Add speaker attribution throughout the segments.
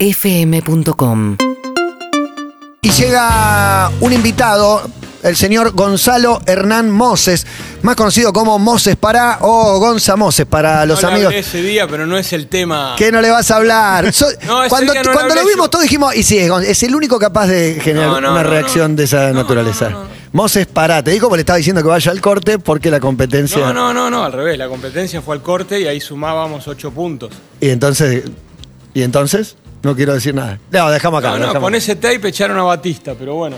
Speaker 1: urbanaplayfm.com
Speaker 2: Y llega un invitado, el señor Gonzalo Hernán Moses, más conocido como Moses para o Gonza Moses para los
Speaker 3: no la
Speaker 2: amigos.
Speaker 3: hablé ese día, pero no es el tema.
Speaker 2: ¿Qué no le vas a hablar? So-
Speaker 3: No, ese
Speaker 2: cuando
Speaker 3: día no le
Speaker 2: cuando lo
Speaker 3: hablé
Speaker 2: vimos
Speaker 3: yo.
Speaker 2: todos dijimos, y sí, es, Gon- es el único capaz de generar
Speaker 3: No, no,
Speaker 2: una
Speaker 3: no,
Speaker 2: reacción
Speaker 3: no.
Speaker 2: de esa
Speaker 3: No, no,
Speaker 2: naturaleza.
Speaker 3: no, no.
Speaker 2: Moses para, te digo porque le estaba diciendo que vaya al corte porque la competencia...
Speaker 3: No, no, no, no, al revés. La competencia fue al corte y ahí sumábamos ocho puntos.
Speaker 2: Y entonces, y entonces, no quiero decir nada. No, dejamos acá.
Speaker 3: No,
Speaker 2: lo
Speaker 3: no,
Speaker 2: dejamos
Speaker 3: con
Speaker 2: acá.
Speaker 3: ese tape echaron a Batista, pero bueno.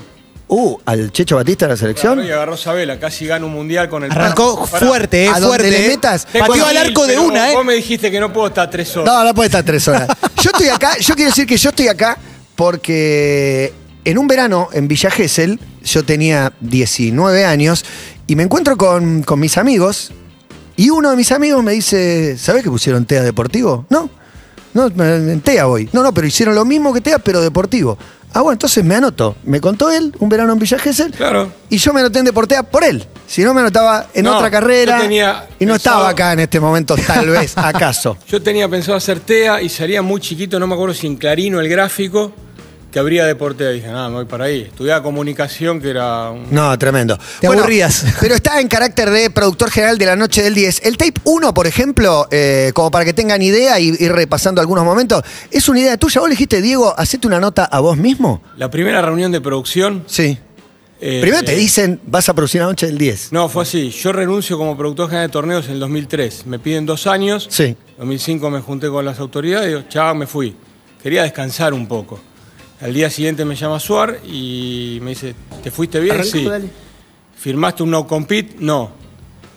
Speaker 2: Uh, al Checho Batista de la selección.
Speaker 3: Claro, y agarró Sabela, casi gana un mundial con el
Speaker 4: Arrancó
Speaker 3: Pará,
Speaker 4: fuerte, eh,
Speaker 2: ¿A dónde
Speaker 4: fuerte.
Speaker 2: le metas?
Speaker 3: tengo
Speaker 4: Pateó al
Speaker 3: mil,
Speaker 4: arco de
Speaker 3: pero
Speaker 4: una, eh.
Speaker 3: Vos me dijiste que no puedo estar tres horas.
Speaker 2: No, no puede estar tres horas. Yo estoy acá, yo quiero decir que yo estoy acá porque en un verano en Villa Gesell, yo tenía 19 años y me encuentro con, con mis amigos y uno de mis amigos me dice, ¿sabés que pusieron TEA deportivo? No, no, me- en TEA voy. No, no, pero hicieron lo mismo que TEA, pero deportivo. Ah, bueno, entonces me anoto. Me contó él un verano en Villa Gesell
Speaker 3: Claro.
Speaker 2: y yo me anoté en Deportea por él. Si no, me anotaba en
Speaker 3: No,
Speaker 2: otra carrera
Speaker 3: yo tenía
Speaker 2: y no
Speaker 3: pensado-
Speaker 2: estaba acá en este momento, tal vez, acaso.
Speaker 3: Yo tenía pensado hacer TEA y salía muy chiquito, no me acuerdo si en Clarino el gráfico, que habría deporte. Dije, nada, me voy para ahí. Estudiaba comunicación, que era un
Speaker 2: No, tremendo.
Speaker 4: Te aburrías.
Speaker 2: Pero está en carácter de productor general de la noche del 10. El tape 1, por ejemplo, eh, como para que tengan idea y ir repasando algunos momentos, es una idea tuya. ¿Vos le dijiste, Diego, hacete una nota a vos mismo?
Speaker 3: La primera reunión de producción.
Speaker 2: Sí.
Speaker 3: eh,
Speaker 2: Primero te dicen, vas a producir la noche del 10.
Speaker 3: No, fue así. Yo renuncio como productor general de torneos en el 2003. Me piden dos años.
Speaker 2: Sí.
Speaker 3: 2005 me junté con las autoridades y digo, chao, me fui. Quería descansar un poco. Al día siguiente me llama Suar y me dice, ¿te fuiste bien? Eh, sí. ¿Firmaste un no compete? No.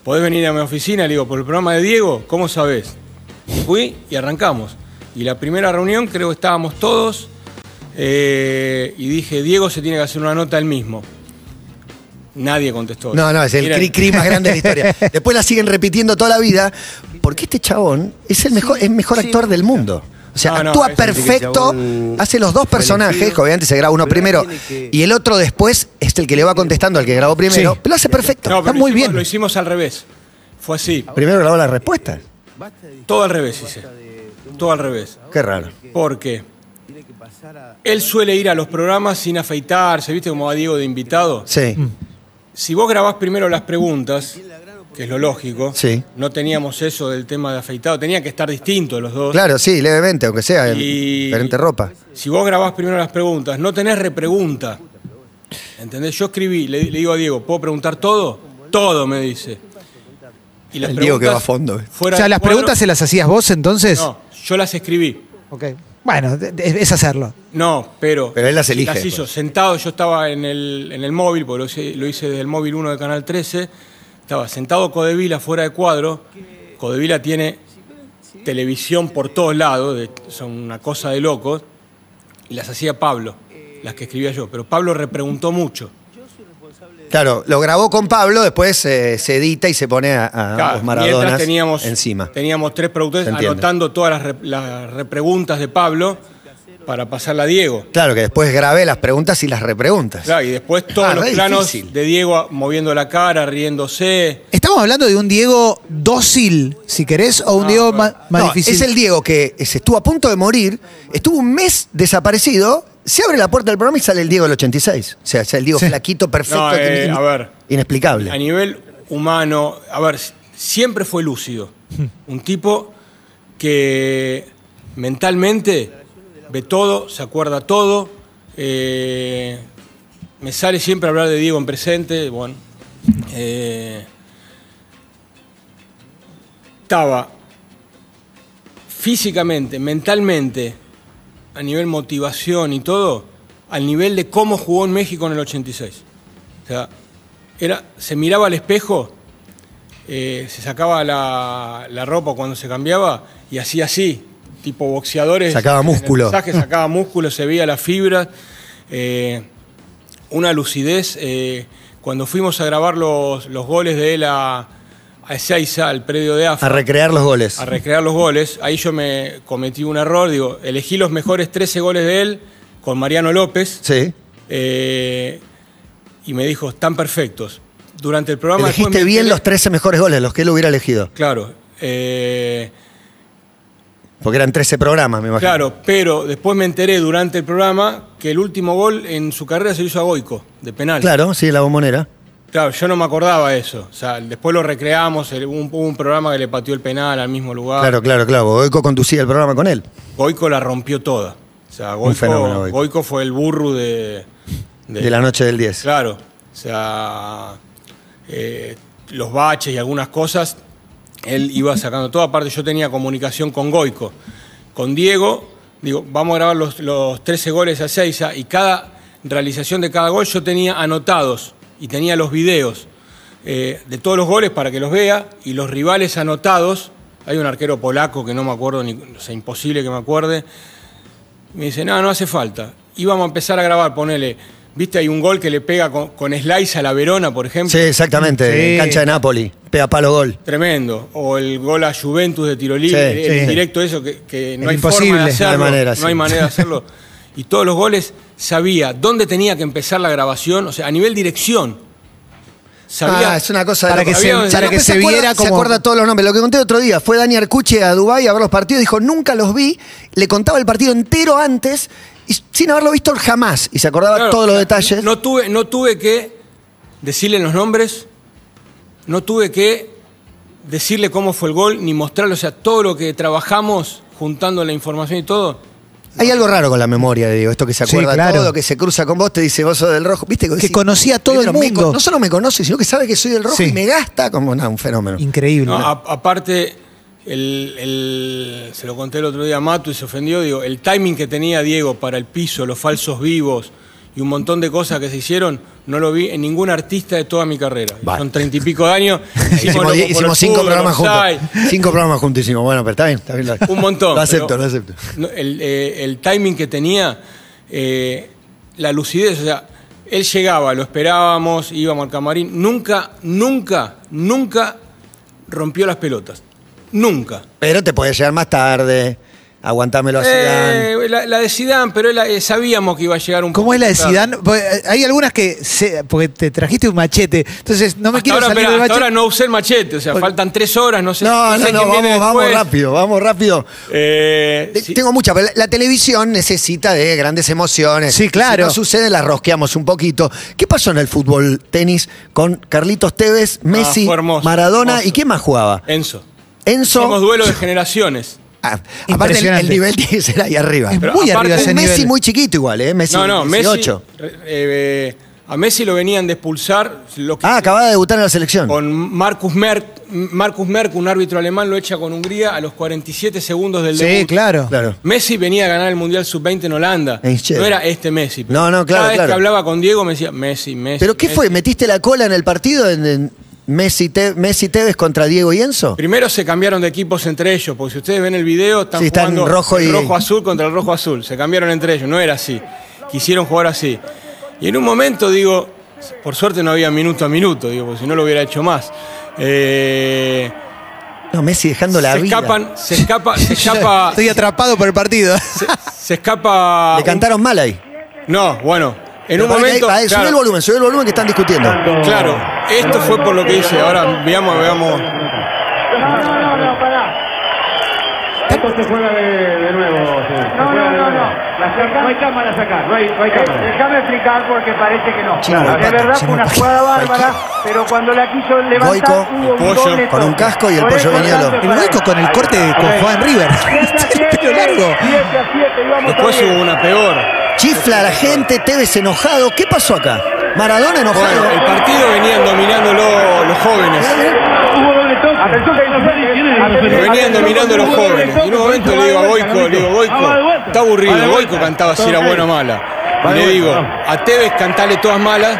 Speaker 3: ¿Podés venir a mi oficina? Le digo, por el programa de Diego, ¿cómo sabés? Fui y arrancamos. Y la primera reunión creo que estábamos todos eh, y dije, Diego se tiene que hacer una nota él mismo. Nadie contestó.
Speaker 2: No, no, es el
Speaker 3: Miren,
Speaker 2: cri-cri más grande de la historia. Después la siguen repitiendo toda la vida, porque este chabón es el mejor, es mejor actor del mundo. O sea,
Speaker 3: No, no,
Speaker 2: actúa
Speaker 3: es el
Speaker 2: perfecto,
Speaker 5: chabón
Speaker 2: hace los dos personajes, que obviamente se graba uno
Speaker 5: pero
Speaker 2: primero
Speaker 5: tiene que-
Speaker 2: y el otro después es el que le va contestando al que grabó primero,
Speaker 4: Sí.
Speaker 2: pero lo hace perfecto,
Speaker 3: No, pero
Speaker 2: está
Speaker 3: lo
Speaker 2: muy
Speaker 3: hicimos- Lo
Speaker 2: bien.
Speaker 3: hicimos al revés. Fue así.
Speaker 2: Primero grabó las respuestas.
Speaker 3: Todo al revés hice. Todo al revés.
Speaker 2: Qué raro.
Speaker 3: Porque él suele ir a los programas sin afeitarse, ¿viste? Como a Diego de invitado.
Speaker 2: Sí.
Speaker 3: Si vos grabás primero las preguntas, que es lo lógico,
Speaker 2: Sí.
Speaker 3: no teníamos eso del tema de afeitado, tenía que estar distinto los dos.
Speaker 2: Claro, sí, levemente, aunque sea en
Speaker 3: Y-
Speaker 2: diferente ropa.
Speaker 3: Si vos grabás primero las preguntas, no tenés repregunta. ¿Entendés? Yo escribí, le, le digo a Diego, ¿puedo preguntar todo? Todo, me dice. Y
Speaker 2: El Diego que va a fondo, eh.
Speaker 4: O
Speaker 3: fuera
Speaker 4: sea,
Speaker 3: del
Speaker 4: las
Speaker 3: cuadro-
Speaker 4: preguntas se las hacías vos entonces.
Speaker 3: No, yo las escribí.
Speaker 4: Ok. Bueno, de- de- es hacerlo.
Speaker 3: No, pero.
Speaker 2: Pero él las elige
Speaker 3: Las hizo.
Speaker 2: después.
Speaker 3: Sentado, yo estaba en el, en el móvil, porque lo hice, lo hice desde el móvil 1 de Canal 13. Estaba sentado Codevila fuera de cuadro. Codevila tiene televisión por todos lados, de- son una cosa de locos. Y las hacía Pablo, las que escribía yo. Pero Pablo repreguntó mucho.
Speaker 2: Ah, Claro, lo grabó con Pablo, después eh, se edita y se pone a, a
Speaker 3: Claro,
Speaker 2: los Maradonas
Speaker 3: mientras teníamos,
Speaker 2: encima.
Speaker 3: Teníamos tres productores
Speaker 2: Se entiende.
Speaker 3: anotando todas las, re- las repreguntas de Pablo para pasarla a Diego.
Speaker 2: Claro, que después grabé las preguntas y las repreguntas.
Speaker 3: Claro, y después todos
Speaker 2: Ah,
Speaker 3: los
Speaker 2: re
Speaker 3: planos
Speaker 2: difícil.
Speaker 3: de Diego moviendo la cara, riéndose.
Speaker 4: Estamos hablando de un Diego dócil, si querés, o un Diego ma- más,
Speaker 2: No,
Speaker 4: difícil.
Speaker 2: Es el Diego que se estuvo a punto de morir, estuvo un mes desaparecido, se abre la puerta del programa y sale el Diego del 86. O sea, es el Diego
Speaker 4: Sí.
Speaker 2: flaquito, perfecto,
Speaker 3: No, eh,
Speaker 2: que-
Speaker 3: a ver.
Speaker 2: inexplicable.
Speaker 3: A nivel humano, a ver, s- siempre fue lúcido. Un tipo que mentalmente ve todo, se acuerda todo. eh, me sale siempre hablar de Diego en presente. Bueno, eh, estaba físicamente, mentalmente, a nivel motivación y todo, al nivel de cómo jugó en México en el 86. O sea, era, se miraba al espejo, eh, se sacaba la, la ropa cuando se cambiaba y hacía así, tipo boxeadores.
Speaker 2: Sacaba
Speaker 3: en el
Speaker 2: músculo.
Speaker 3: pesaje, sacaba músculo, se veía la fibra. eh, una lucidez. eh, cuando fuimos a grabar los, los goles de él a, a Ezeiza, al predio de AFA,
Speaker 2: A recrear los goles.
Speaker 3: a recrear los goles. Ahí yo me cometí un error, digo, elegí los mejores 13 goles de él con Mariano López.
Speaker 2: Sí.
Speaker 3: eh, y me dijo, están perfectos. Durante el programa... después
Speaker 2: Elegiste
Speaker 3: me
Speaker 2: bien
Speaker 3: enteré-
Speaker 2: los 13 mejores goles, los que él hubiera elegido.
Speaker 3: Claro. eh,
Speaker 2: Porque eran 13 programas, me imagino.
Speaker 3: Claro, pero después me enteré durante el programa que el último gol en su carrera se lo hizo a Goico, de penal.
Speaker 2: Claro, sí, la bombonera.
Speaker 3: Claro, yo no me acordaba eso. O sea, después lo recreamos, el- hubo un, hubo un programa que le pateó el penal al mismo lugar.
Speaker 2: Claro, claro, claro. Goico conducía el programa con él.
Speaker 3: Goico la rompió toda. O sea, Goico,
Speaker 2: fenómeno, Goico.
Speaker 3: Goico fue el burro de,
Speaker 2: De la noche del 10.
Speaker 3: Claro. O sea, eh, los baches y algunas cosas, él iba sacando todo. Aparte, yo tenía comunicación con Goico. Con Diego, digo, vamos a grabar los, los 13 goles a Seiza y cada realización de cada gol yo tenía anotados y tenía los videos eh, de todos los goles para que los vea y los rivales anotados. Hay un arquero polaco que no me acuerdo, ni, o sea, imposible que me acuerde. Me dice, no, no hace falta. Íbamos a empezar a grabar, ponele. ¿Viste? Hay un gol que le pega con, con slice a la Verona, por ejemplo.
Speaker 2: Sí, exactamente.
Speaker 4: Sí.
Speaker 2: En cancha de Napoli. Pega palo gol.
Speaker 3: Tremendo. O el gol a Juventus de tiro libre,
Speaker 2: Sí,
Speaker 3: el
Speaker 2: sí.
Speaker 3: directo eso, que, que no
Speaker 4: Es
Speaker 3: hay
Speaker 4: imposible,
Speaker 3: forma
Speaker 4: no
Speaker 3: de
Speaker 4: hay
Speaker 3: hacerlo.
Speaker 2: manera, sí.
Speaker 3: no hay manera de hacerlo. Y todos los goles sabía dónde tenía que empezar la grabación, o sea, a nivel dirección. Sabía.
Speaker 2: Ah, es una cosa de
Speaker 4: Para
Speaker 2: loco.
Speaker 4: que se-
Speaker 2: Había-
Speaker 4: para que
Speaker 2: se,
Speaker 4: se
Speaker 2: acuerda,
Speaker 4: viera
Speaker 2: se
Speaker 4: como-
Speaker 2: acuerda todos los nombres. Lo que conté otro día, fue Dani Arcuche a Dubái a ver los partidos, dijo, nunca los vi, le contaba el partido entero antes, y sin haberlo visto jamás, y se acordaba
Speaker 3: Claro,
Speaker 2: todos los
Speaker 3: o sea,
Speaker 2: detalles.
Speaker 3: No tuve, no tuve que decirle los nombres, no tuve que decirle cómo fue el gol, ni mostrarle, o sea, todo lo que trabajamos juntando la información y todo.
Speaker 2: Hay algo raro con la memoria, digo, esto que se
Speaker 4: Sí,
Speaker 2: acuerda
Speaker 4: claro.
Speaker 2: todo, que se cruza con vos, te dice, vos sos del rojo, viste
Speaker 4: Que conocía a todo el
Speaker 2: "Pero me
Speaker 4: mundo".
Speaker 2: con- no solo me conoce, sino que sabe que soy del rojo
Speaker 4: Sí.
Speaker 2: y me gasta como nada, un fenómeno.
Speaker 4: Increíble.
Speaker 3: No, ah, a- aparte, el, el- se lo conté el otro día a Matu y se ofendió, digo, el timing que tenía Diego para el piso, los falsos vivos y un montón de cosas que se hicieron, no lo vi en ningún artista de toda mi carrera.
Speaker 2: Vale.
Speaker 3: Son treinta y pico de años.
Speaker 2: Hicimos,
Speaker 3: lo-
Speaker 2: die-
Speaker 3: con
Speaker 2: hicimos
Speaker 3: el
Speaker 2: cinco
Speaker 3: fútbol,
Speaker 2: programas juntos.
Speaker 3: offside,
Speaker 2: Cinco programas juntos hicimos. Bueno, pero está bien, está bien.
Speaker 3: un montón.
Speaker 2: Lo acepto,
Speaker 3: pero
Speaker 2: lo acepto.
Speaker 3: no, El, eh, el timing que tenía, eh, la lucidez, o sea, él llegaba, lo esperábamos, íbamos al camarín, nunca, nunca, nunca rompió las pelotas. Nunca.
Speaker 2: Pero te podés llegar más tarde, aguantámelo a Zidane.
Speaker 3: Eh, la, la de Zidane, pero él, eh, sabíamos que iba a llegar un
Speaker 4: ¿Cómo
Speaker 3: poco
Speaker 4: es la de
Speaker 3: tarde.
Speaker 4: Zidane? Porque, eh, Hay algunas que... se- porque te trajiste un machete. Entonces, no me
Speaker 3: Hasta
Speaker 4: quiero
Speaker 3: ahora,
Speaker 4: salir
Speaker 3: espera,
Speaker 4: del
Speaker 3: hasta
Speaker 4: machete.
Speaker 3: ahora no usé el machete, o sea, faltan tres horas, no sé.
Speaker 2: No, no,
Speaker 3: sé
Speaker 2: no,
Speaker 3: quién viene
Speaker 2: vamos, vamos
Speaker 3: después.
Speaker 2: rápido, vamos rápido.
Speaker 3: Eh,
Speaker 2: De-
Speaker 3: sí.
Speaker 2: Tengo mucha, pero la, la televisión necesita de grandes emociones.
Speaker 4: Sí, claro.
Speaker 2: Si no sucede, las rosqueamos un poquito. ¿Qué pasó en el fútbol tenis con Carlitos Tevez, Messi,
Speaker 3: Ah, fue hermoso,
Speaker 2: Maradona
Speaker 3: hermoso.
Speaker 2: y quién más jugaba?
Speaker 3: Enzo. Hicimos
Speaker 2: Enzo.
Speaker 3: duelo de generaciones.
Speaker 2: Ah, aparte, el- el,
Speaker 4: Impresionante.
Speaker 2: nivel tenis era ahí arriba.
Speaker 4: Es
Speaker 3: Pero
Speaker 4: muy
Speaker 3: aparte-
Speaker 4: arriba ese
Speaker 2: Un Messi
Speaker 4: nivel.
Speaker 2: muy chiquito igual, ¿eh? Messi
Speaker 3: no, no, Messi.
Speaker 2: 18.
Speaker 3: re- eh, eh, a Messi lo venían de expulsar. Lo que
Speaker 2: Ah, acababa de debutar en la selección.
Speaker 3: Con Marcus Merck, Marcus Merck, un árbitro alemán, lo echa con Hungría a los 47 segundos del
Speaker 4: Sí,
Speaker 3: debut.
Speaker 4: claro.
Speaker 2: Claro.
Speaker 3: Messi venía a ganar el Mundial Sub-20 en Holanda.
Speaker 2: Eh, che.
Speaker 3: No era este Messi. pero
Speaker 2: No, no, claro,
Speaker 3: Cada vez
Speaker 2: claro.
Speaker 3: que hablaba con Diego me decía, Messi, Messi.
Speaker 2: ¿Pero qué
Speaker 3: Messi".
Speaker 2: fue? ¿Metiste la cola en el partido en, en Messi, Te- Messi Tevez contra Diego y Enzo?
Speaker 3: Primero se cambiaron de equipos entre ellos, porque si ustedes ven el video, están,
Speaker 2: Sí, están
Speaker 3: jugando
Speaker 2: rojo
Speaker 3: el
Speaker 2: y-
Speaker 3: azul contra el rojo azul. Se cambiaron entre ellos, no era así. Quisieron jugar así. Y en un momento, digo, por suerte no había minuto a minuto, digo, porque si no lo hubiera hecho más. Eh,
Speaker 2: No, Messi dejando la
Speaker 3: se
Speaker 2: vida.
Speaker 3: escapan, se escapa, se escapa,
Speaker 4: Estoy atrapado por el partido.
Speaker 3: se escapa.
Speaker 2: Le cantaron mal ahí.
Speaker 3: No, bueno, en un
Speaker 2: Pará que-
Speaker 3: momento.
Speaker 2: pará, Subí
Speaker 3: claro,
Speaker 2: el volumen, subí el volumen que están discutiendo.
Speaker 3: Claro, esto fue por lo que hice. Ahora veamos, veamos.
Speaker 1: No, no, no, no, pará.
Speaker 5: Esto se juega de, de nuevo. sí, se
Speaker 1: No,
Speaker 5: juega
Speaker 1: no,
Speaker 5: de
Speaker 1: no,
Speaker 5: nuevo.
Speaker 1: no.
Speaker 5: Las cámaras- no hay cámaras acá, no hay, no hay
Speaker 1: Eh,
Speaker 5: cámaras.
Speaker 1: déjame explicar porque parece que no.
Speaker 2: Chino
Speaker 1: de
Speaker 2: Goicoechea,
Speaker 1: verdad
Speaker 2: Chino
Speaker 1: fue una
Speaker 2: Goicoechea.
Speaker 1: jugada bárbara, pero cuando la quiso levantar
Speaker 2: Goico,
Speaker 1: hubo
Speaker 3: el pollo,
Speaker 1: un doble
Speaker 2: con un
Speaker 1: toque.
Speaker 2: casco y el
Speaker 1: Por
Speaker 2: pollo
Speaker 1: eso
Speaker 2: viniendo.
Speaker 1: tanto
Speaker 4: El
Speaker 1: para
Speaker 4: hueco
Speaker 1: él.
Speaker 4: con el corte de- con
Speaker 1: Ok.
Speaker 4: Juan River.
Speaker 1: 7 a 7,
Speaker 4: El pelo largo.
Speaker 1: 7 a 7, íbamos
Speaker 3: Después
Speaker 1: a diez.
Speaker 3: hubo una peor.
Speaker 2: Chifla la gente, Tevez enojado. ¿Qué pasó acá? Maradona enojado.
Speaker 3: Bueno, el partido venían dominándolo los jóvenes.
Speaker 5: Hubo doble toque.
Speaker 1: Atención, que
Speaker 3: Lo
Speaker 1: hay
Speaker 3: venían dominando los jóvenes. Y en un momento le digo a Boico, le digo, Boico, está aburrido. Boico cantaba si era bueno o mala. Y le digo, a Tevez cantale todas malas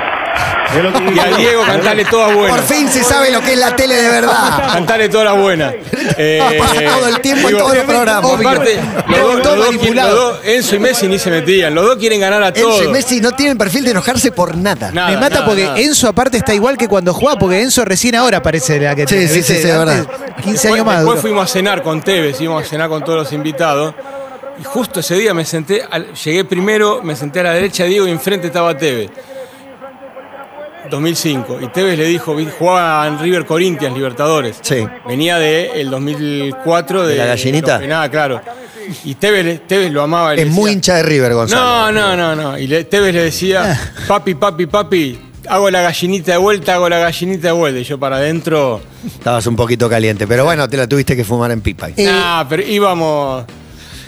Speaker 5: Es lo que
Speaker 3: y a
Speaker 5: digo.
Speaker 3: Diego cantale todas
Speaker 2: Por
Speaker 3: buenas.
Speaker 2: fin se sabe lo que es la tele de verdad.
Speaker 3: Cantale todas las buenas. Eh,
Speaker 2: pasa todo el tiempo en todos los programas.
Speaker 3: Aparte,
Speaker 2: Obvio.
Speaker 3: los dos,
Speaker 2: Todo
Speaker 3: los dos-
Speaker 2: manipulado.
Speaker 3: los dos- Enzo y Messi ni se metían. Los dos quieren ganar a todos.
Speaker 2: Enzo y Messi no tienen perfil de enojarse por nada.
Speaker 3: Nada.
Speaker 4: Me mata porque
Speaker 3: nada.
Speaker 4: Enzo aparte está igual que cuando jugaba, porque Enzo recién ahora parece la que
Speaker 2: Sí,
Speaker 4: tiene,
Speaker 2: sí,
Speaker 4: ¿viste?
Speaker 2: sí, sí, de
Speaker 4: Antes,
Speaker 2: verdad.
Speaker 4: 15
Speaker 3: Después,
Speaker 4: años más.
Speaker 3: después
Speaker 4: duró.
Speaker 3: fuimos a cenar con Tevez, íbamos a cenar con todos los invitados. Y justo ese día me senté, al- llegué primero, me senté a la derecha de Diego y enfrente estaba Tevez. 2005. Y Tevez le dijo, vi- jugaba en River Corinthians, Libertadores.
Speaker 2: Sí.
Speaker 3: Venía de el 2004 de,
Speaker 6: ¿De la gallinita?
Speaker 3: Nada, claro. Y Tevez, le- Tevez lo amaba. y le
Speaker 2: Es muy
Speaker 3: decía,
Speaker 2: hincha de River, Gonzalo.
Speaker 3: No, no, no, no. Y le- Tevez le decía, papi, papi, papi, hago la gallinita de vuelta, hago la gallinita de vuelta. Y yo para adentro.
Speaker 2: Estabas un poquito caliente, pero bueno, te la tuviste que fumar en pipa.
Speaker 4: Eh,
Speaker 3: Nah, pero íbamos.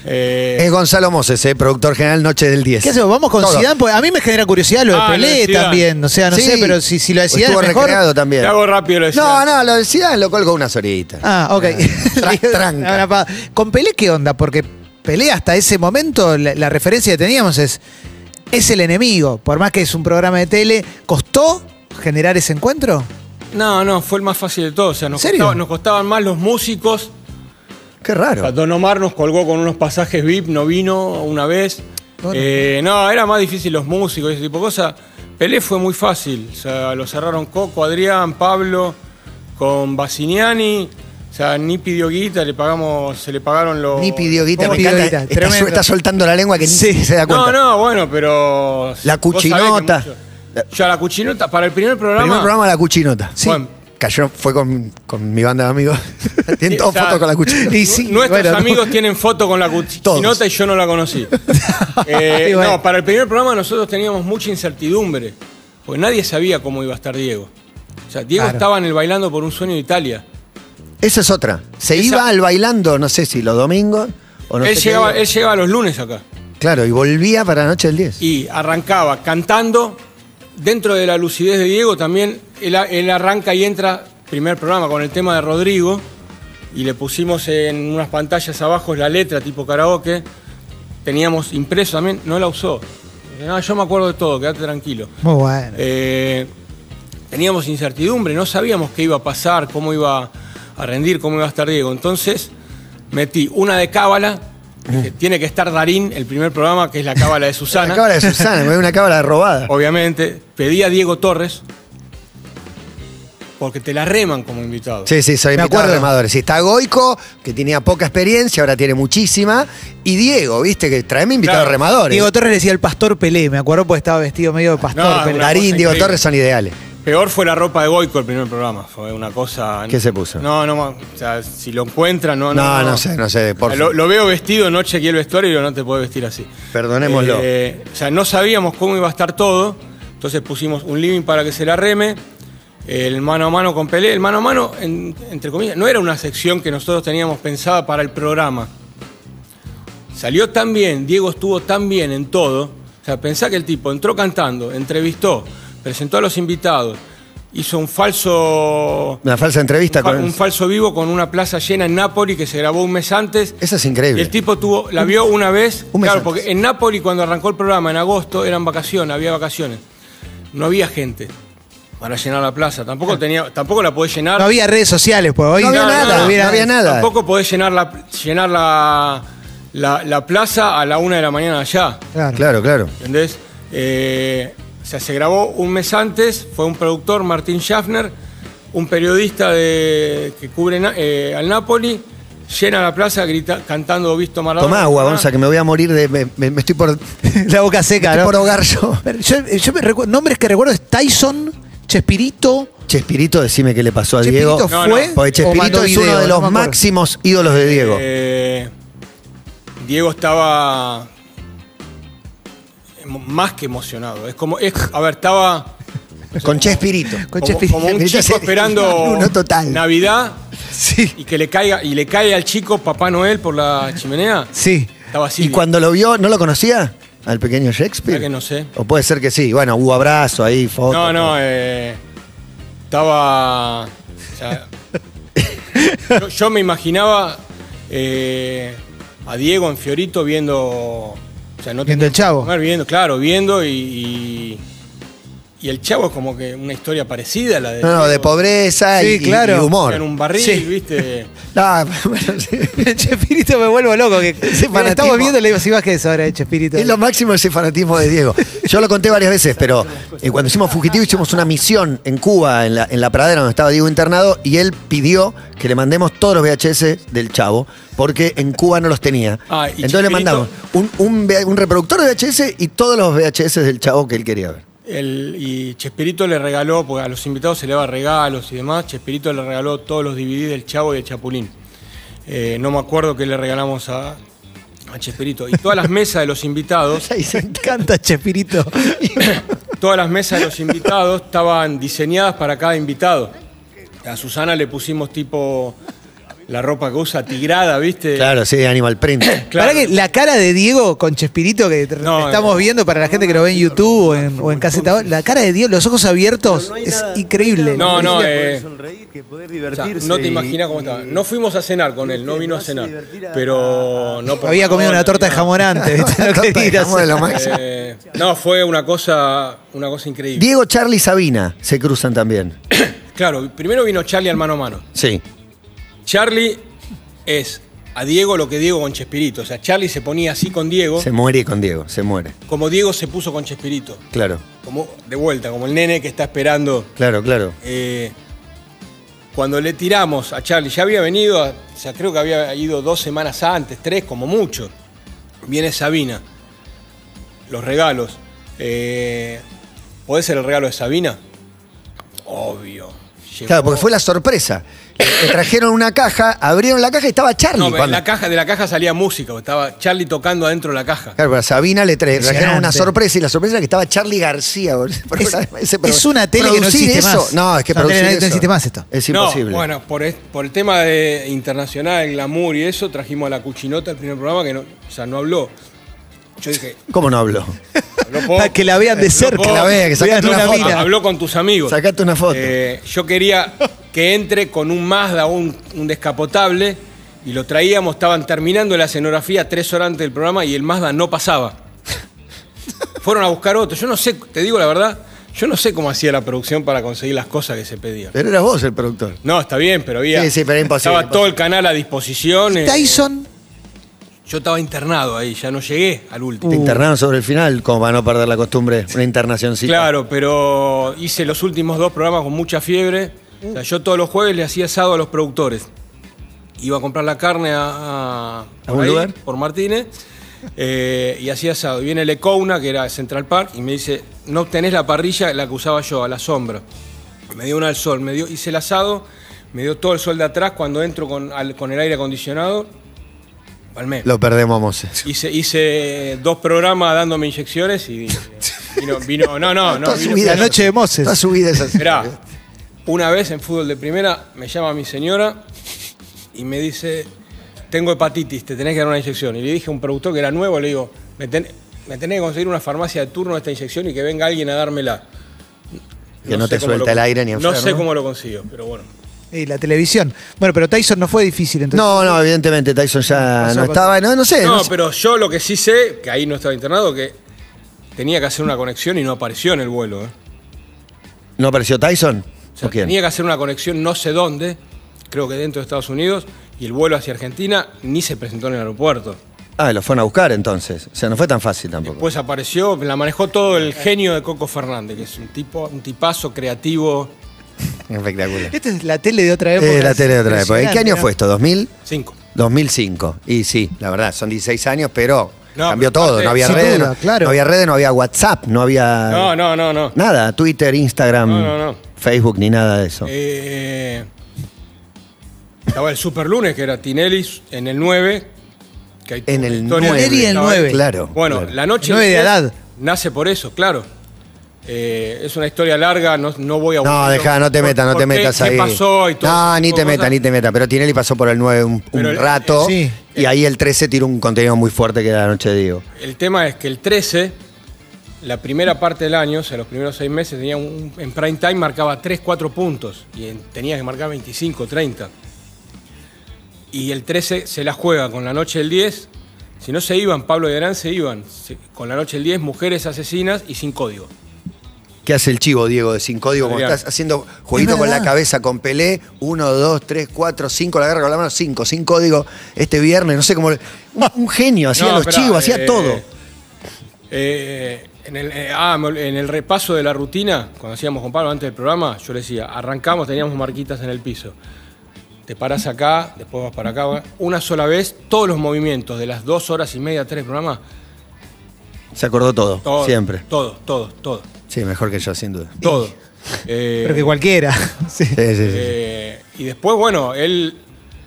Speaker 3: eh,
Speaker 2: Es Gonzalo Moses, eh, productor general Noche del 10.
Speaker 4: ¿Qué hacemos? ¿Vamos con
Speaker 2: Todo.
Speaker 4: Zidane? Porque a mí me genera curiosidad lo de
Speaker 3: Ah, lo de
Speaker 4: Pelé
Speaker 3: Zidane.
Speaker 4: también. O sea, no
Speaker 2: Sí.
Speaker 4: sé, pero si, si lo de Zidane
Speaker 2: Estuvo
Speaker 4: es mejor...
Speaker 2: recreado también.
Speaker 3: te hago rápido lo decía.
Speaker 2: No, no, lo de Zidane lo colgó unas orillitas.
Speaker 4: Ah, ok.
Speaker 2: Eh, Tra- tranca.
Speaker 4: Ahora, pa- ¿Con Pelé qué onda? Porque Pelé hasta ese momento, la, la referencia que teníamos es, es el enemigo. Por más que es un programa de tele, ¿costó generar ese encuentro?
Speaker 3: No, no, fue el más fácil de todos. O sea, nos,
Speaker 4: ¿En serio?
Speaker 3: costaba- nos costaban más los músicos.
Speaker 2: Qué
Speaker 3: O sea,
Speaker 2: raro.
Speaker 3: Don Omar nos colgó con unos pasajes VIP, no vino una vez.
Speaker 4: Bueno.
Speaker 3: Eh, no, era más difícil los músicos y ese tipo de cosas. Pelé fue muy fácil. O sea, lo cerraron Coco, Adrián, Pablo, con Basiniani. O sea, ni pidió guita, le pagamos, se le pagaron los.
Speaker 2: Ni Oh, pidió guita,
Speaker 4: ¿Cómo
Speaker 2: me
Speaker 4: pidió
Speaker 2: encanta.
Speaker 4: guita?
Speaker 2: Está,
Speaker 4: Tremendo.
Speaker 2: su- está soltando la lengua que ni se da cuenta.
Speaker 3: No, no, bueno, pero.
Speaker 2: La
Speaker 3: vos sabés que
Speaker 2: cuchinota.
Speaker 3: mucho- Ya, la cuchinota, para el primer programa.
Speaker 2: Primer programa La Cuchinota.
Speaker 4: Sí.
Speaker 3: Bueno.
Speaker 2: Cayó, fue con, con mi banda de amigos. Tienen
Speaker 3: Sí,
Speaker 2: todos
Speaker 3: o sea,
Speaker 2: fotos con La Cuchinota.
Speaker 4: y sí,
Speaker 3: Nuestros
Speaker 4: bueno, no.
Speaker 3: amigos tienen foto con la
Speaker 2: Todos.
Speaker 3: cuchinota y yo no la conocí. Eh,
Speaker 4: Y bueno.
Speaker 3: No, para el primer programa nosotros teníamos mucha incertidumbre, porque nadie sabía cómo iba a estar Diego. O sea, Diego
Speaker 4: Claro.
Speaker 3: estaba en el Bailando por un Sueño de Italia.
Speaker 2: Esa es otra. Se
Speaker 3: Esa-
Speaker 2: iba al bailando, no sé si los domingos o no sé
Speaker 3: él,
Speaker 2: qué
Speaker 3: llegaba,
Speaker 2: día.
Speaker 3: él llegaba los lunes acá
Speaker 2: Claro, y volvía para la Noche del 10.
Speaker 3: y arrancaba cantando. Dentro de la lucidez de Diego también, él, a- él arranca y entra, primer programa, con el tema de Rodrigo. Y le pusimos en unas pantallas abajo la letra tipo karaoke. Teníamos impreso también, no la usó. Dice, No, yo me acuerdo de todo, quédate tranquilo.
Speaker 4: Muy bueno.
Speaker 3: Eh, teníamos incertidumbre, no sabíamos qué iba a pasar, cómo iba a rendir, cómo iba a estar Diego. Entonces metí una de cábala, que tiene que estar Darín, el primer programa, que es la cábala de Susana.
Speaker 2: Una cábala de Susana, me dio una cábala robada.
Speaker 3: Obviamente, pedí a Diego Torres, porque te la reman como invitado.
Speaker 2: Sí, sí, soy
Speaker 4: Me
Speaker 2: invitado
Speaker 4: acuerdo.
Speaker 2: de remadores. Y está Goico, que tenía poca experiencia, ahora tiene muchísima. Y Diego, viste, que traeme invitados
Speaker 3: Claro.
Speaker 2: remadores.
Speaker 4: Diego Torres le decía el pastor Pelé, me acuerdo porque estaba vestido medio de pastor
Speaker 3: No,
Speaker 4: Pelé.
Speaker 3: una
Speaker 2: Darín,
Speaker 3: cosa
Speaker 2: Diego
Speaker 3: increíble.
Speaker 2: Torres son ideales.
Speaker 3: Peor fue la ropa de Goico el primer programa, fue una cosa...
Speaker 2: ¿Qué se puso?
Speaker 3: No, no, o sea, si lo encuentran, no, no.
Speaker 2: No, no sé, no sé, por
Speaker 3: O sea, lo,
Speaker 2: favor.
Speaker 3: lo veo vestido, no chequeé el vestuario y digo, no te puedes vestir así.
Speaker 2: Perdonémoslo.
Speaker 3: Eh, o sea, no sabíamos cómo iba a estar todo, entonces pusimos un living para que se la reme, el mano a mano con Pelé. El mano a mano, en- entre comillas, no era una sección que nosotros teníamos pensada para el programa. Salió tan bien, Diego estuvo tan bien en todo. O sea, pensá que el tipo entró cantando, entrevistó, presentó a los invitados, hizo un falso.
Speaker 2: Una falsa entrevista
Speaker 3: un fa-
Speaker 2: con.
Speaker 3: un falso vivo con una plaza llena en Nápoles que se grabó un mes antes.
Speaker 2: Esa es
Speaker 3: Y
Speaker 2: increíble.
Speaker 3: el tipo tuvo, la vio una vez.
Speaker 2: Un mes
Speaker 3: claro,
Speaker 2: antes.
Speaker 3: porque en Nápoles cuando arrancó el programa, en agosto, eran vacaciones, había vacaciones. No había gente para llenar la plaza. Tampoco tenía, tampoco la podés llenar.
Speaker 4: No había redes sociales, pues hoy
Speaker 2: No había nada,
Speaker 4: hubiera-
Speaker 2: no había nada.
Speaker 3: Tampoco podés llenar la, llenar la, la- la plaza a la una de la mañana allá.
Speaker 4: Claro.
Speaker 2: Claro, claro.
Speaker 3: ¿Entendés? Eh, o sea, se grabó un mes antes, fue un productor, Martín Schaffner, un periodista de, que cubre na- eh, al Napoli, llena la plaza grita, cantando Visto Maradona.
Speaker 2: Tomá agua, Gonza, que me voy a morir de. Me, me- me estoy por.
Speaker 4: La boca seca,
Speaker 2: estoy
Speaker 4: ¿no?
Speaker 2: por ahogar yo.
Speaker 4: Pero yo, yo me recu- nombres que recuerdo es Tyson, Chespirito.
Speaker 2: Chespirito, decime qué le pasó a
Speaker 4: Chespirito
Speaker 2: Diego.
Speaker 3: No,
Speaker 4: fue.
Speaker 3: no.
Speaker 2: Porque
Speaker 4: o
Speaker 2: Chespirito
Speaker 4: mandó
Speaker 2: es
Speaker 4: video,
Speaker 2: uno de
Speaker 4: no
Speaker 2: los
Speaker 4: me acuerdo.
Speaker 2: máximos ídolos de Diego.
Speaker 3: Eh, Diego estaba emo- más que emocionado. Es como, es, a ver, estaba
Speaker 2: con Chespirito.
Speaker 4: Con
Speaker 3: como,
Speaker 4: Chespirito.
Speaker 3: como un
Speaker 2: Mirá,
Speaker 3: chico
Speaker 2: se-
Speaker 3: esperando
Speaker 2: uno total.
Speaker 3: Navidad
Speaker 4: Sí.
Speaker 3: y que le caiga y le cae al chico Papá Noel por la chimenea.
Speaker 4: Sí.
Speaker 3: Estaba así.
Speaker 2: ¿Y cuando lo vio, no lo conocía? ¿Al pequeño Shakespeare?
Speaker 3: Mirá que no sé.
Speaker 2: O puede ser que sí. Bueno, hubo abrazo ahí, foto.
Speaker 3: No, no, eh, estaba. o sea, yo, yo me imaginaba eh, a Diego en Fiorito viendo. o sea, no
Speaker 4: Viendo
Speaker 3: tenía
Speaker 4: el Chavo.
Speaker 3: que comer, viendo, claro, viendo y, y. y el Chavo es como que una historia parecida a la de.
Speaker 2: No, no, de
Speaker 3: Diego.
Speaker 2: pobreza
Speaker 4: Sí,
Speaker 2: y, y-
Speaker 4: claro.
Speaker 2: y humor.
Speaker 3: eh, En un barril,
Speaker 4: Sí.
Speaker 3: ¿viste?
Speaker 2: Ah, bueno, sí.
Speaker 4: Chespirito me vuelvo loco. Que, Mira,
Speaker 2: fanatismo.
Speaker 4: estamos viendo las imágenes ahora de Chespirito.
Speaker 2: Es lo máximo ese fanatismo de Diego. Yo lo conté varias veces, pero eh, cuando hicimos Fugitivo hicimos una misión en Cuba, en la, en la pradera donde estaba Diego internado, y él pidió que le mandemos todos los VHS del Chavo, porque en Cuba no los tenía.
Speaker 3: Ah, y
Speaker 2: Entonces le
Speaker 3: Chespirito-
Speaker 2: mandamos un, un V- un reproductor de VHS y todos los VHS del Chavo que él quería ver.
Speaker 3: el- y Chespirito le regaló, porque a los invitados se le daba regalos y demás, Chespirito le regaló todos los DVD del Chavo y el Chapulín. Eh, no me acuerdo qué le regalamos a, a Chespirito. Y todas las mesas de los invitados,
Speaker 2: Ahí se-
Speaker 4: Canta Chespirito.
Speaker 3: todas las mesas de los invitados estaban diseñadas para cada invitado. A Susana le pusimos tipo la ropa que usa, tigrada, ¿viste?
Speaker 2: Claro, sí, Animal Print.
Speaker 3: Claro.
Speaker 4: Pará que la cara de Diego con Chespirito que tr-
Speaker 3: No,
Speaker 4: estamos
Speaker 3: no.
Speaker 4: viendo para la gente que lo ve en YouTube o en, o en Caseta, Gol, la cara de Diego, los ojos abiertos, es increíble.
Speaker 3: No, no, eh,
Speaker 6: sonreír, que poder
Speaker 3: O sea,
Speaker 6: divertirse.
Speaker 3: no te
Speaker 6: y-
Speaker 3: imaginas cómo estaba. No fuimos a cenar con él, no vino a cenar. Pero no por
Speaker 4: Había comido
Speaker 3: favor,
Speaker 4: una torta de
Speaker 3: no.
Speaker 4: jamón antes, ¿viste? No
Speaker 2: Torta de
Speaker 4: quería
Speaker 2: jamón de
Speaker 4: hacer-
Speaker 2: lo máximo.
Speaker 3: Eh, no, fue una cosa, una cosa increíble.
Speaker 2: Diego, Charlie y Sabina se cruzan también.
Speaker 3: Claro, primero vino Charlie al mano a mano.
Speaker 2: Sí.
Speaker 3: Charlie es a Diego lo que Diego con Chespirito. O sea, Charlie se ponía así con Diego,
Speaker 2: Se muere con Diego, se muere.
Speaker 3: como Diego se puso con Chespirito.
Speaker 2: Claro,
Speaker 3: Como de vuelta, como el nene que está esperando.
Speaker 2: claro, claro.
Speaker 3: Eh, cuando le tiramos a Charlie, ya había venido, a- o sea, creo que había ido dos semanas antes, tres como mucho. Viene Sabina, los regalos. Eh, ¿Puede ser el regalo de Sabina? Obvio. Llegó-
Speaker 2: Claro, porque fue la sorpresa. Le trajeron una caja, abrieron la caja y estaba Charlie.
Speaker 3: No, pero en
Speaker 2: cuando-
Speaker 3: la caja, de la caja salía música, porque estaba Charlie tocando adentro de la caja.
Speaker 2: Claro, pero a Sabina le tra- trajeron una
Speaker 4: Impresionante.
Speaker 2: sorpresa y la sorpresa era que estaba Charlie García. boludo. Por
Speaker 4: Es-
Speaker 2: una- ese
Speaker 4: es una tele que no
Speaker 2: producir
Speaker 4: existe
Speaker 2: eso-
Speaker 4: más.
Speaker 2: No, es que
Speaker 4: Es una tele
Speaker 2: producir
Speaker 4: que no
Speaker 2: eso
Speaker 4: existe más esto.
Speaker 2: Es
Speaker 3: No,
Speaker 2: imposible.
Speaker 3: bueno, por, es- por el tema de internacional, el glamour y eso, trajimos a la cuchinota el primer programa que no, o sea, no habló. Yo dije,
Speaker 2: ¿Cómo no habló?
Speaker 3: no
Speaker 2: Ah,
Speaker 3: puedo-
Speaker 4: Para que la vean de cerca.
Speaker 2: que la vean, que sacate
Speaker 4: Vean
Speaker 2: una foto.
Speaker 4: mina.
Speaker 3: Habló con tus amigos.
Speaker 2: Sacate una foto.
Speaker 3: Eh, yo quería que entre con un Mazda o un, un descapotable y lo traíamos, estaban terminando la escenografía tres horas antes del programa y el Mazda no pasaba. Fueron a buscar otro. Yo no sé, te digo la verdad, yo no sé cómo hacía la producción para conseguir las cosas que se pedían.
Speaker 2: Pero eras vos el productor.
Speaker 3: No, está bien, pero había.
Speaker 2: Sí, sí, pero imposible,
Speaker 3: Estaba todo
Speaker 2: imposible.
Speaker 3: el canal a disposición. eh,
Speaker 4: Tyson,
Speaker 3: yo estaba internado ahí, ya no llegué al último.
Speaker 4: Uh.
Speaker 2: Te internaron sobre el final, como para no perder la costumbre, una internacioncita.
Speaker 3: Claro, pero hice los últimos dos programas con mucha fiebre. O sea, yo todos los jueves le hacía asado a los productores. Iba a comprar la carne a, a- por
Speaker 2: ¿Algún lugar?
Speaker 3: por Martínez eh, y hacía asado. Y viene Lecouna, que era Central Park, y me dice, no tenés la parrilla, la que usaba yo, a la sombra. Me dio una al sol, me dio, hice el asado, me dio todo el sol de atrás cuando entro con, al- con el aire acondicionado. Palmé.
Speaker 2: Lo perdemos a Mose.
Speaker 3: Hice, hice dos programas dándome inyecciones y vino, vino no, no, no.
Speaker 2: Toda su
Speaker 3: vino-
Speaker 2: vida
Speaker 4: la noche de Moses.
Speaker 2: Toda su vida es así.
Speaker 3: Mirá, una vez en fútbol de primera me llama mi señora y me dice, tengo hepatitis, te tenés que dar una inyección. Y le dije a un productor que era nuevo, le digo, me, ten- me tenés que conseguir una farmacia de turno de esta inyección y que venga alguien a dármela.
Speaker 2: Que no
Speaker 3: sé
Speaker 2: te
Speaker 3: cómo
Speaker 2: suelta
Speaker 3: lo-
Speaker 2: el aire ni
Speaker 3: No sé
Speaker 2: enfermo.
Speaker 3: cómo lo consigo, pero bueno.
Speaker 4: y la televisión. Bueno, pero Tyson no fue difícil entonces.
Speaker 2: No, no, evidentemente Tyson ya
Speaker 4: Pasó,
Speaker 2: no
Speaker 4: pasó.
Speaker 2: estaba. No, no sé.
Speaker 3: No,
Speaker 2: Eh, no sé.
Speaker 3: pero yo lo que sí sé, que ahí no estaba internado, que tenía que hacer una conexión y no apareció en el vuelo. ¿eh?
Speaker 2: ¿No apareció Tyson?
Speaker 3: O sea,
Speaker 2: ¿O quién?
Speaker 3: tenía que hacer una conexión no sé dónde, creo que dentro de Estados Unidos, y el vuelo hacia Argentina ni se presentó en el aeropuerto.
Speaker 2: Ah, lo fueron a buscar entonces. O sea, no fue tan fácil tampoco.
Speaker 3: Después apareció, la manejó todo el genio de Coco Fernández, que es un tipo, un tipazo creativo.
Speaker 2: Espectacular.
Speaker 4: Esta es la tele de otra época.
Speaker 2: Eh, la
Speaker 4: es
Speaker 2: tele de otra época. ¿En qué
Speaker 4: impresionante,
Speaker 2: año
Speaker 4: ¿no?
Speaker 2: fue esto? ¿2000?
Speaker 3: Cinco.
Speaker 2: 2005. Y sí, la verdad, son 16 años, pero
Speaker 3: No,
Speaker 2: cambió
Speaker 3: pero
Speaker 2: todo.
Speaker 3: aparte-
Speaker 2: No había
Speaker 4: Sin
Speaker 2: redes,
Speaker 4: duda,
Speaker 2: no,
Speaker 4: claro.
Speaker 2: no había redes, no había WhatsApp, no había
Speaker 3: No, no, no, no.
Speaker 2: nada, Twitter, Instagram,
Speaker 3: No, no, no.
Speaker 2: Facebook, ni nada de eso.
Speaker 3: Eh, estaba el Super Lunes, que era Tinelli en el 9. que hay
Speaker 2: En
Speaker 3: una
Speaker 2: el
Speaker 3: historia
Speaker 2: 9.
Speaker 3: de
Speaker 4: Tinelli en el
Speaker 3: estaba ahí.
Speaker 4: 9.
Speaker 2: Claro.
Speaker 3: Bueno,
Speaker 2: claro.
Speaker 3: la noche
Speaker 4: El 9 de
Speaker 3: del
Speaker 4: Haddad.
Speaker 3: nace por eso, claro. Eh, es una historia larga, no, no voy a...
Speaker 2: No, deja, no te
Speaker 3: por-
Speaker 2: metas, no
Speaker 3: por
Speaker 2: te
Speaker 3: qué-
Speaker 2: metas
Speaker 3: qué
Speaker 2: ahí.
Speaker 3: pasó y todo
Speaker 2: no,
Speaker 3: ese
Speaker 2: ni
Speaker 3: tipo
Speaker 2: te
Speaker 3: de
Speaker 2: metas,
Speaker 3: cosas.
Speaker 2: ni te metas. Pero Tinelli pasó por el 9 un, un
Speaker 3: Pero el- eh,
Speaker 2: rato.
Speaker 4: sí.
Speaker 2: Y ahí el 13 tiró un contenido muy fuerte que era la noche de Diego.
Speaker 3: El tema es que el 13, la primera parte del año, o sea, los primeros seis meses, tenía un, en prime time marcaba 3, 4 puntos y en- tenía que marcar 25, 30. Y el 13 se la juega con la noche del 10. Si no se iban, Pablo y Arán se iban. Se- con la noche del 10, mujeres asesinas y sin código.
Speaker 2: ¿Qué hace el chivo, Diego, de sin código? Como
Speaker 3: Adrián.
Speaker 2: estás haciendo jueguito
Speaker 4: Es
Speaker 2: con la
Speaker 4: verdad.
Speaker 2: cabeza, con Pelé, uno, dos, tres, cuatro, cinco, la agarra con la mano, cinco, sin código, este viernes, no sé cómo... le- Un, un genio, hacía
Speaker 3: No,
Speaker 2: los
Speaker 3: esperá,
Speaker 2: chivos, hacía
Speaker 3: eh,
Speaker 2: todo.
Speaker 3: eh, en, el, eh, ah, me ol- en el repaso de la rutina, cuando hacíamos con Pablo antes del programa, yo le decía, arrancamos, teníamos marquitas en el piso. Te paras acá, después vas para acá, va- una sola vez, todos los movimientos de las dos horas y media, tres programas,
Speaker 2: Se acordó todo,
Speaker 3: Todo,
Speaker 2: siempre.
Speaker 3: Todo, todo, todo.
Speaker 2: Sí, mejor que yo, sin duda.
Speaker 3: Todo. Eh,
Speaker 4: Pero que cualquiera. Sí.
Speaker 2: Sí, sí, sí.
Speaker 3: Eh, y después, bueno, él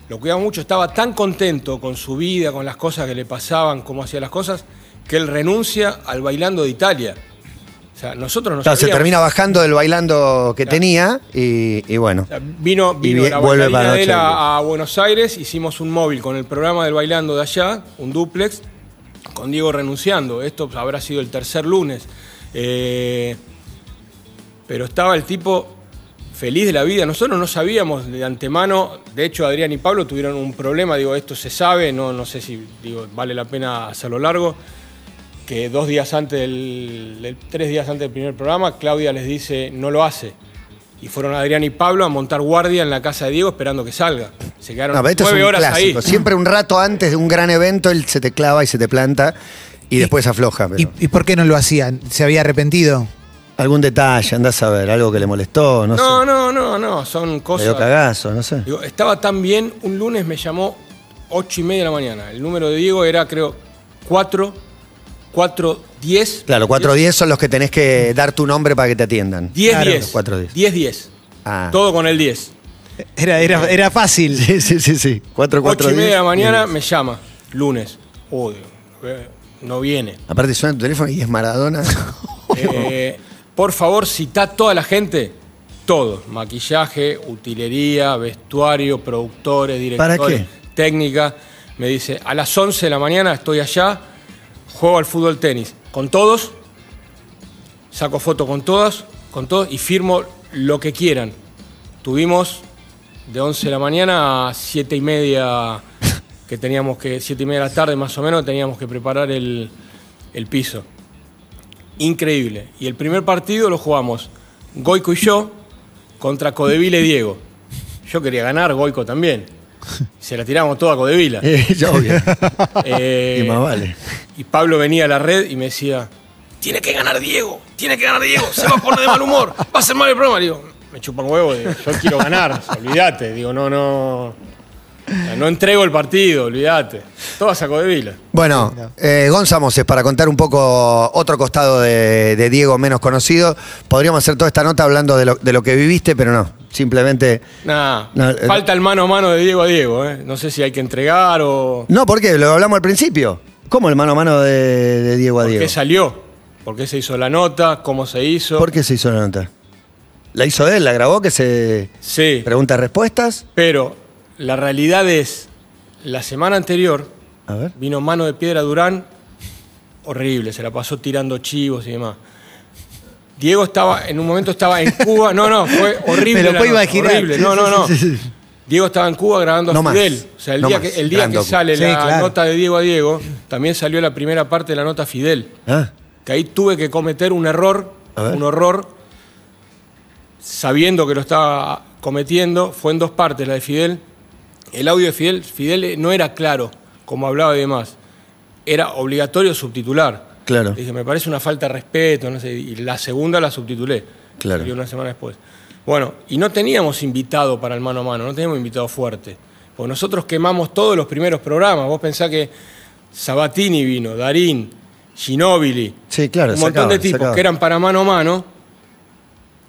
Speaker 3: lo cuidaba mucho, estaba tan contento con su vida, con las cosas que le pasaban, cómo hacía las cosas, que él renuncia al bailando de Italia. O sea, nosotros no
Speaker 2: Claro, se
Speaker 3: sabíamos.
Speaker 2: termina bajando del bailando que
Speaker 3: Claro.
Speaker 2: tenía y, y bueno.
Speaker 3: O sea, vino
Speaker 2: Y
Speaker 3: vino
Speaker 2: vie-
Speaker 3: la
Speaker 2: vuelve
Speaker 3: bailarina
Speaker 2: para
Speaker 3: de él
Speaker 2: Noche
Speaker 3: a, a Buenos Aires, hicimos un móvil con el programa del bailando de allá, un duplex, con Diego renunciando. Esto habrá sido el tercer lunes. Eh, pero estaba el tipo feliz de la vida. Nosotros no sabíamos de antemano, de hecho Adrián y Pablo tuvieron un problema, digo, esto se sabe, no, no sé si digo, vale la pena hacerlo largo, que dos días antes del, del- tres días antes del primer programa, Claudia les dice, no lo hace. Y fueron Adrián y Pablo a montar guardia en la casa de Diego esperando que salga. Se quedaron
Speaker 2: No, pero esto es
Speaker 3: nueve
Speaker 2: un
Speaker 3: horas
Speaker 2: clásico.
Speaker 3: ahí.
Speaker 2: Siempre un rato antes de un gran evento, él se te clava y se te planta y, después afloja. pero-
Speaker 4: ¿Y, y por qué no lo hacían? ¿Se había arrepentido?
Speaker 2: Algún detalle, andás a ver, algo que le molestó, no,
Speaker 3: No,
Speaker 2: sé.
Speaker 3: no, no, no, son
Speaker 2: Le dio
Speaker 3: cosas.
Speaker 2: cagazo, no sé.
Speaker 3: Digo, estaba tan bien, un lunes me llamó 8 y media de la mañana. El número de Diego era, creo, 4, 4, 10.
Speaker 2: Claro, 4-10 son los que tenés que dar tu nombre para que te atiendan.
Speaker 3: 10,
Speaker 4: Claro.
Speaker 3: 10.
Speaker 2: 4, 10.
Speaker 3: 10, 10.
Speaker 2: Ah.
Speaker 3: Todo con el 10.
Speaker 4: Era, era, era fácil.
Speaker 2: Sí, sí, sí, sí. 4, 4,
Speaker 3: 8
Speaker 2: 10.
Speaker 3: y media de la mañana me llama, lunes. Oh, digo, eh, no viene.
Speaker 2: Aparte suena tu teléfono y es Maradona.
Speaker 3: Eh, por favor, cita toda la gente. Todo. Maquillaje, utilería, vestuario, productores, directores,
Speaker 2: ¿Para qué?
Speaker 3: técnica. Me dice, a las 11 de la mañana estoy allá, juego al fútbol tenis. Con todos, saco foto con todas, con todos y firmo lo que quieran. Tuvimos de 11 de la mañana a 7 y media que teníamos que, 7 y media de la tarde más o menos, teníamos que preparar el, el piso. Increíble. Y el primer partido lo jugamos Goico y yo contra Codevila y Diego. Yo quería ganar, Goico también. Se la tiramos toda a Codevila.
Speaker 2: Eh, ya, obvio.
Speaker 3: Eh,
Speaker 2: Y más vale.
Speaker 3: y Pablo venía a la red y me decía, tiene que ganar Diego, tiene que ganar Diego, se va a poner de mal humor, va a ser mal el programa. Le Digo, me chupan huevo, digo, yo quiero ganar, olvídate. Digo, no, no, o sea, no entrego el partido, olvídate. Todo sacó de vila.
Speaker 2: Bueno, eh, Gonza Moses, para contar un poco otro costado de, de Diego menos conocido, podríamos hacer toda esta nota hablando de lo, de lo que viviste, pero no, simplemente...
Speaker 3: Nah,
Speaker 2: No, eh,
Speaker 3: falta el mano a mano de Diego a Diego, ¿eh? no sé si hay que entregar o...
Speaker 2: No, porque lo hablamos al principio. ¿Cómo el mano a mano de, de Diego a
Speaker 3: ¿Por
Speaker 2: Diego?
Speaker 3: qué salió? ¿Por qué se hizo la nota? ¿Cómo se hizo?
Speaker 2: ¿Por qué se hizo la nota? ¿La hizo él? ¿La grabó? ¿Que se
Speaker 3: Sí,
Speaker 2: pregunta-respuestas?
Speaker 3: pero la realidad es, la semana anterior,
Speaker 2: A ver.
Speaker 3: Vino mano de piedra Durán, horrible, se la pasó tirando chivos y demás. Diego estaba, en un momento estaba en Cuba, no, no, fue horrible.
Speaker 4: Me lo
Speaker 3: la
Speaker 4: puedo
Speaker 3: nota,
Speaker 4: imaginar.
Speaker 3: Horrible, no, no, no.
Speaker 2: Sí, sí, sí.
Speaker 3: Diego estaba en Cuba grabando
Speaker 2: No
Speaker 3: a
Speaker 2: más,
Speaker 3: Fidel. O sea, el
Speaker 2: no
Speaker 3: día
Speaker 2: más.
Speaker 3: que, el día
Speaker 2: Gran
Speaker 3: que
Speaker 2: docu.
Speaker 3: sale
Speaker 4: Sí,
Speaker 3: la
Speaker 4: claro.
Speaker 3: nota de Diego a Diego, también salió la primera parte de la nota Fidel.
Speaker 2: Ah,
Speaker 3: Que ahí tuve que cometer un error,
Speaker 2: A ver.
Speaker 3: un horror, sabiendo que lo estaba cometiendo. Fue en dos partes la de Fidel. El audio de Fidel, Fidel no era claro, como hablaba y demás. Era obligatorio subtitular.
Speaker 2: Claro.
Speaker 3: Dije, me parece una falta de respeto, no sé. Y la segunda la subtitulé.
Speaker 2: Claro.
Speaker 3: Salió una semana después. Bueno, y no teníamos invitado para el mano a mano, no teníamos invitado fuerte. Porque nosotros quemamos todos los primeros programas. Vos pensás que Sabatini vino, Darín, Ginobili,
Speaker 2: Sí, claro,
Speaker 3: un
Speaker 2: se
Speaker 3: montón de
Speaker 2: acaban, se
Speaker 3: tipos
Speaker 2: acaban.
Speaker 3: que eran para mano a mano.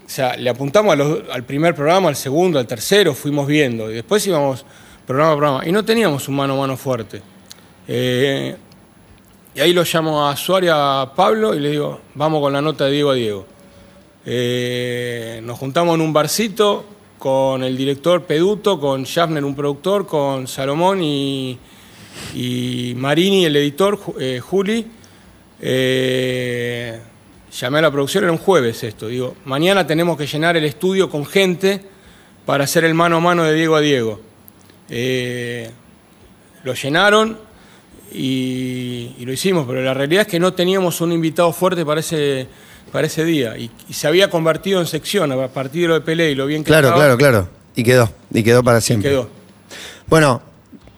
Speaker 3: O sea, le apuntamos a los- al primer programa, al segundo, al tercero, fuimos viendo. Y después íbamos programa a programa. Y no teníamos un mano a mano fuerte. Eh, y ahí lo llamo a Suárez, a Pablo, y le digo, vamos con la nota de Diego a Diego. Eh, nos juntamos en un barcito con el director Peduto, con Schaffner, un productor, con Salomón y, y Marini, el editor, Ju- eh, Juli. Eh, llamé a la producción, era un jueves esto. Digo, mañana tenemos que llenar el estudio con gente para hacer el mano a mano de Diego a Diego. Eh, lo llenaron y, y lo hicimos, pero la realidad es que no teníamos un invitado fuerte para ese, para ese día. Y, y se había convertido en sección a partir de lo de Pelé y lo bien que
Speaker 2: claro,
Speaker 3: estaba,
Speaker 2: claro, claro. Y quedó, y quedó para siempre.
Speaker 3: quedó.
Speaker 2: Bueno,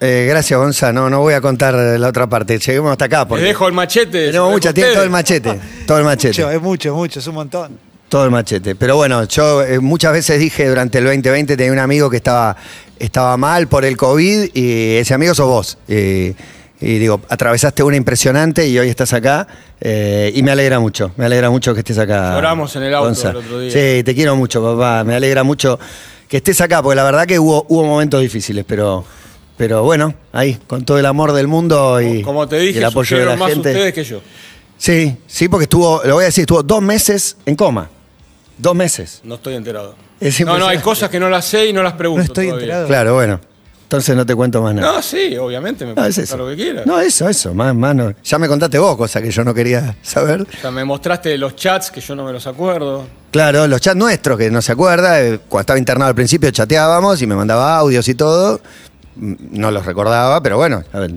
Speaker 2: eh, gracias Gonza, no, no voy a contar la otra parte, lleguemos hasta acá.
Speaker 3: Les
Speaker 2: Porque
Speaker 3: dejo el machete.
Speaker 2: Tenemos
Speaker 3: se lo dejo
Speaker 2: mucha,
Speaker 3: a
Speaker 2: tiene todo el
Speaker 3: ustedes.
Speaker 2: machete, todo el machete.
Speaker 4: Mucho, eh. es mucho, mucho, es un montón.
Speaker 2: Todo el machete. Pero bueno, yo eh, muchas veces dije durante el 2020 tenía un amigo que estaba, estaba mal por el COVID y ese amigo sos vos. Eh, eh, Y digo, atravesaste una impresionante y hoy estás acá. eh, y me alegra mucho, me alegra mucho que estés acá.
Speaker 3: Lloramos en el auto
Speaker 2: Gonza.
Speaker 3: el otro día.
Speaker 2: Sí, te quiero mucho, papá. Me alegra mucho que estés acá, porque la verdad que hubo, hubo momentos difíciles, pero, pero bueno, ahí, con todo el amor del mundo y,
Speaker 3: Como te
Speaker 2: y
Speaker 3: dije,
Speaker 2: el apoyo de
Speaker 3: sufrieron
Speaker 2: la
Speaker 3: más
Speaker 2: gente.
Speaker 3: ustedes que yo.
Speaker 2: Sí, sí, porque estuvo, lo voy a decir, estuvo dos meses en coma. Dos meses.
Speaker 3: No estoy enterado.
Speaker 2: Es
Speaker 3: no, no, hay
Speaker 2: impresionante.
Speaker 3: cosas que no las sé y no las pregunto.
Speaker 4: No estoy
Speaker 3: todavía.
Speaker 4: enterado.
Speaker 2: Claro, bueno. Entonces no te cuento más nada.
Speaker 3: No, sí, obviamente, me
Speaker 2: No, es
Speaker 3: preguntas
Speaker 2: eso.
Speaker 3: lo que quieras.
Speaker 2: No, eso, eso. Más, más no. Ya me contaste vos cosas que yo no quería saber.
Speaker 3: O sea, me mostraste los chats que yo no me los acuerdo.
Speaker 2: Claro, los chats nuestros, que no se acuerda. eh, cuando estaba internado al principio chateábamos y me mandaba audios y todo. Mm, No los recordaba, pero bueno, a ver.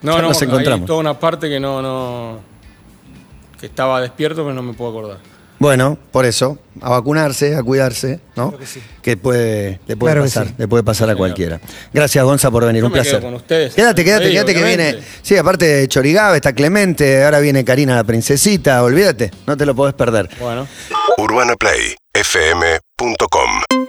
Speaker 3: No,
Speaker 2: ya
Speaker 3: no,
Speaker 2: nos
Speaker 3: hay
Speaker 2: encontramos.
Speaker 3: toda una parte que no, no. que estaba despierto, pero no me puedo acordar.
Speaker 2: Bueno, por eso, a vacunarse, a cuidarse, ¿no? que puede, le puede
Speaker 4: Claro que
Speaker 2: pasar,
Speaker 4: sí.
Speaker 2: le puede pasar a cualquiera. Gracias, Gonza, por venir,
Speaker 3: Yo
Speaker 2: un
Speaker 3: me
Speaker 2: placer.
Speaker 3: quedo con ustedes.
Speaker 2: Quédate, quédate,
Speaker 3: Sí,
Speaker 2: quédate que
Speaker 3: obviamente.
Speaker 2: viene. Sí, aparte de Chorigaba, está Clemente, ahora viene Karina la princesita, olvídate, no te lo podés perder.
Speaker 3: Bueno.
Speaker 6: UrbanaPlayFM.com